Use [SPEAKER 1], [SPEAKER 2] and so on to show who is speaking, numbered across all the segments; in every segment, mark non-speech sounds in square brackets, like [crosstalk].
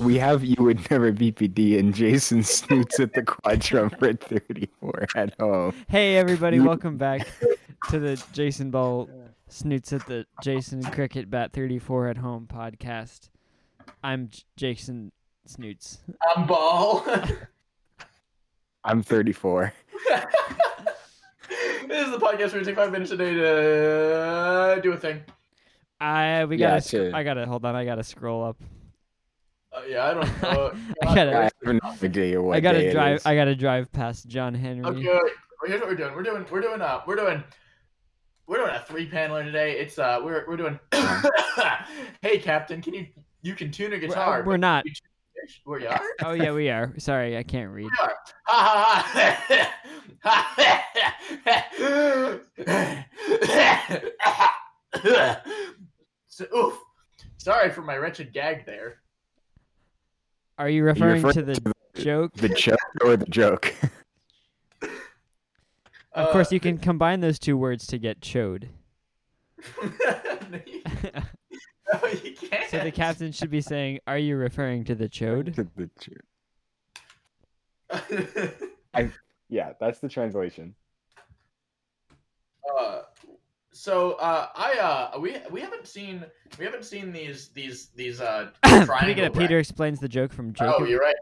[SPEAKER 1] we have you would never BPD and [laughs] Jason snoots at the quadrumpet 34 at home.
[SPEAKER 2] Hey everybody, welcome back to the Jason Ball Snoots at the Jason Cricket Bat 34 at Home podcast. I'm J- Jason Snoots.
[SPEAKER 3] I'm ball.
[SPEAKER 1] I'm 34.
[SPEAKER 3] [laughs] this is the podcast where we take five minutes a day to uh, do a thing.
[SPEAKER 2] I we
[SPEAKER 1] Yeah,
[SPEAKER 2] gotta sc-
[SPEAKER 1] sure.
[SPEAKER 2] I gotta hold on, I gotta scroll up.
[SPEAKER 3] Uh, yeah, I don't know.
[SPEAKER 2] [laughs]
[SPEAKER 3] Uh,
[SPEAKER 2] I gotta
[SPEAKER 1] I have no idea what
[SPEAKER 2] I
[SPEAKER 1] day
[SPEAKER 2] gotta
[SPEAKER 1] it
[SPEAKER 2] drive
[SPEAKER 1] is.
[SPEAKER 2] I gotta drive past John Henry.
[SPEAKER 3] Okay, well, here's what we're doing. We're doing we're doing uh we're doing we're doing a three paneler today. It's uh we're we're doing [coughs] Hey Captain, can you you can tune a
[SPEAKER 2] We're-
[SPEAKER 3] guitar?
[SPEAKER 2] we're not.
[SPEAKER 3] Where you are?
[SPEAKER 2] Oh yeah, we are. Sorry, I can't read.
[SPEAKER 3] Ha ha ha. [laughs] so, oof. Sorry for my wretched gag there.
[SPEAKER 2] Are you referring to
[SPEAKER 1] referring
[SPEAKER 2] the
[SPEAKER 1] to
[SPEAKER 2] joke?
[SPEAKER 1] The joke or the joke?
[SPEAKER 3] Uh,
[SPEAKER 2] Of course, you can combine those two words to get chode.
[SPEAKER 3] [laughs] no, you can't.
[SPEAKER 2] So the captain should be saying, "Are you referring to the chode?"
[SPEAKER 1] To [laughs] the joke. Yeah, that's the translation.
[SPEAKER 3] [laughs] uh, so uh, I uh, we we haven't seen we haven't seen these these these uh.
[SPEAKER 2] [coughs] Can we
[SPEAKER 3] triangle
[SPEAKER 2] get a Peter explains the joke from
[SPEAKER 3] Oh,
[SPEAKER 2] Jacob?
[SPEAKER 3] you're right.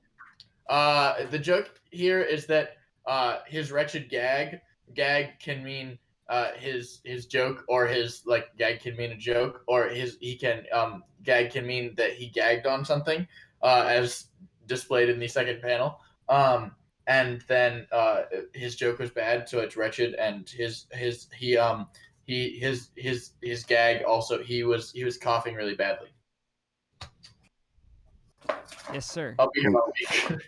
[SPEAKER 3] Uh, the joke here is that uh, his wretched gag gag can mean uh, his his joke or his like gag can mean a joke or his he can um gag can mean that he gagged on something uh, as displayed in the second panel um and then uh, his joke was bad so it's wretched and his his he um he his his his gag also he was he was coughing really badly.
[SPEAKER 2] yes, sir.
[SPEAKER 3] I'll be here all week.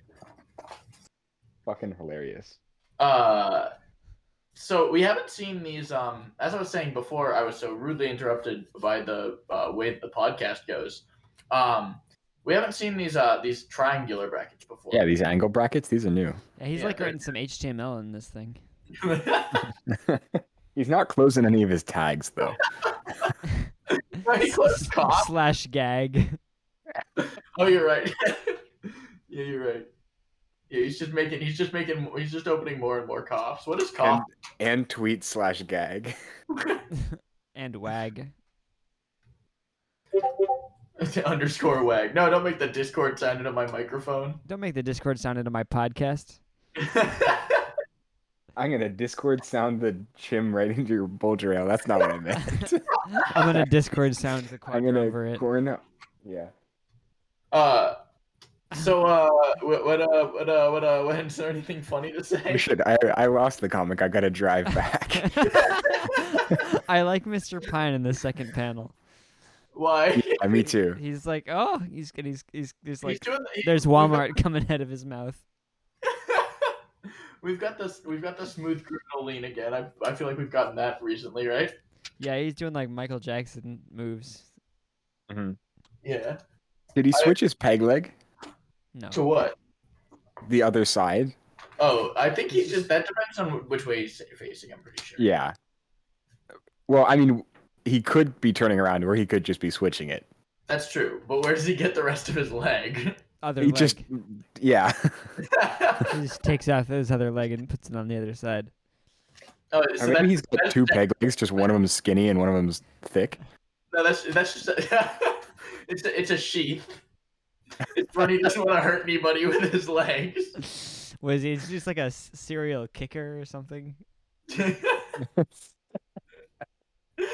[SPEAKER 1] Fucking hilarious.
[SPEAKER 3] Uh, so we haven't seen these. Um, as I was saying before, I was so rudely interrupted by the uh, way that the podcast goes. Um, we haven't seen these uh, these triangular brackets before.
[SPEAKER 1] Yeah, these angle brackets, these are new.
[SPEAKER 2] Yeah, he's
[SPEAKER 3] Yeah,
[SPEAKER 2] like
[SPEAKER 3] they're-
[SPEAKER 2] writing some HTML in this
[SPEAKER 1] [laughs]
[SPEAKER 2] thing.
[SPEAKER 3] [laughs]
[SPEAKER 1] He's not closing any of his tags though.
[SPEAKER 3] Pretty close
[SPEAKER 2] [laughs]
[SPEAKER 3] cough.
[SPEAKER 2] Slash gag.
[SPEAKER 3] Oh, you're right. [laughs] yeah, you're right. Yeah, he's just making. He's just making. He's just opening more and more coughs. What is cough?
[SPEAKER 1] and, and tweet slash gag. [laughs]
[SPEAKER 2] And wag.
[SPEAKER 3] [laughs] Underscore wag. No, don't make the Discord sound into my microphone.
[SPEAKER 2] Don't make the Discord sound into my podcast.
[SPEAKER 1] I'm gonna Discord sound the chim right into your bulger ale. That's not what I [laughs] meant. [laughs]
[SPEAKER 2] I'm gonna Discord sound the
[SPEAKER 1] I'm
[SPEAKER 2] quadra
[SPEAKER 1] gonna
[SPEAKER 2] over it.
[SPEAKER 1] corn up. Yeah.
[SPEAKER 3] Uh, so uh, what, what uh, what uh, what uh, [laughs] what is there anything funny to say?
[SPEAKER 1] We should. I, I lost the comic. I gotta drive [laughs] back. [laughs]
[SPEAKER 2] [laughs] I like Mr. Pine in the second panel.
[SPEAKER 3] Why? [laughs]
[SPEAKER 1] yeah, me too.
[SPEAKER 2] He's like, oh, he's he's he's, he's
[SPEAKER 1] [laughs]
[SPEAKER 3] He's
[SPEAKER 2] like,
[SPEAKER 3] doing the, he-
[SPEAKER 2] there's Walmart coming out of his mouth.
[SPEAKER 3] [laughs] We've got this. We've got the smooth criminal lean again. I, I feel like we've gotten that recently, right?
[SPEAKER 2] Yeah, he's doing like Michael Jackson moves.
[SPEAKER 3] Yeah.
[SPEAKER 1] Did he
[SPEAKER 3] I-
[SPEAKER 1] switch his peg leg
[SPEAKER 2] No.
[SPEAKER 3] To what?
[SPEAKER 1] the other side?
[SPEAKER 3] Oh, I think he's just. That depends on which way he's facing. I'm pretty sure.
[SPEAKER 1] Yeah. Well, I mean, he could be turning around, or he could just be switching it.
[SPEAKER 3] That's true. But where does he get the rest of his leg? [laughs]
[SPEAKER 2] Other
[SPEAKER 1] He
[SPEAKER 2] leg.
[SPEAKER 1] just, yeah. [laughs]
[SPEAKER 3] oh,
[SPEAKER 2] He just takes out his other leg and puts it on the other side.
[SPEAKER 3] Oh,
[SPEAKER 1] I
[SPEAKER 3] so that-
[SPEAKER 1] mean, he's got
[SPEAKER 3] that's-
[SPEAKER 1] two peg legs. Just one of them's skinny and one of them's thick.
[SPEAKER 3] [laughs] No, that's that's just a, [laughs] it's a, it's a sheath. It's when he doesn't want to hurt anybody with his legs.
[SPEAKER 2] Was he just like a s- serial kicker or something?
[SPEAKER 3] [laughs] yeah,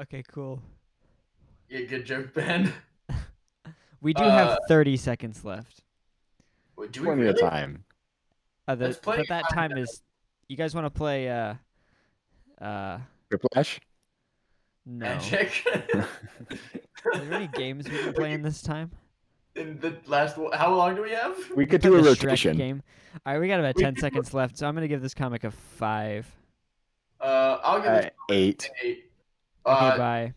[SPEAKER 2] Okay, cool.
[SPEAKER 3] good joke, Ben.
[SPEAKER 2] We do
[SPEAKER 3] Uh,
[SPEAKER 2] have 30 seconds left.
[SPEAKER 3] Wait, do we
[SPEAKER 1] Plenty
[SPEAKER 3] really?
[SPEAKER 1] of time.
[SPEAKER 2] Uh, the,
[SPEAKER 3] Let's play
[SPEAKER 2] but that
[SPEAKER 3] Five
[SPEAKER 2] time is. You guys want to play? Uh, uh,
[SPEAKER 1] Whiplash.
[SPEAKER 2] no.
[SPEAKER 3] Magic. [laughs]
[SPEAKER 2] Are there any games we can play in this time?
[SPEAKER 3] In the last, how long do we have?
[SPEAKER 1] We could
[SPEAKER 2] Play
[SPEAKER 1] do a
[SPEAKER 2] the Shrek
[SPEAKER 1] rotation.
[SPEAKER 2] game. All right, we got about
[SPEAKER 3] We
[SPEAKER 2] 10
[SPEAKER 3] could-
[SPEAKER 2] seconds left, so I'm gonna give this comic a five.
[SPEAKER 3] Uh, I'll give
[SPEAKER 1] Uh,
[SPEAKER 3] it
[SPEAKER 1] eight.
[SPEAKER 3] eight.
[SPEAKER 2] Okay,
[SPEAKER 3] Uh,
[SPEAKER 2] bye.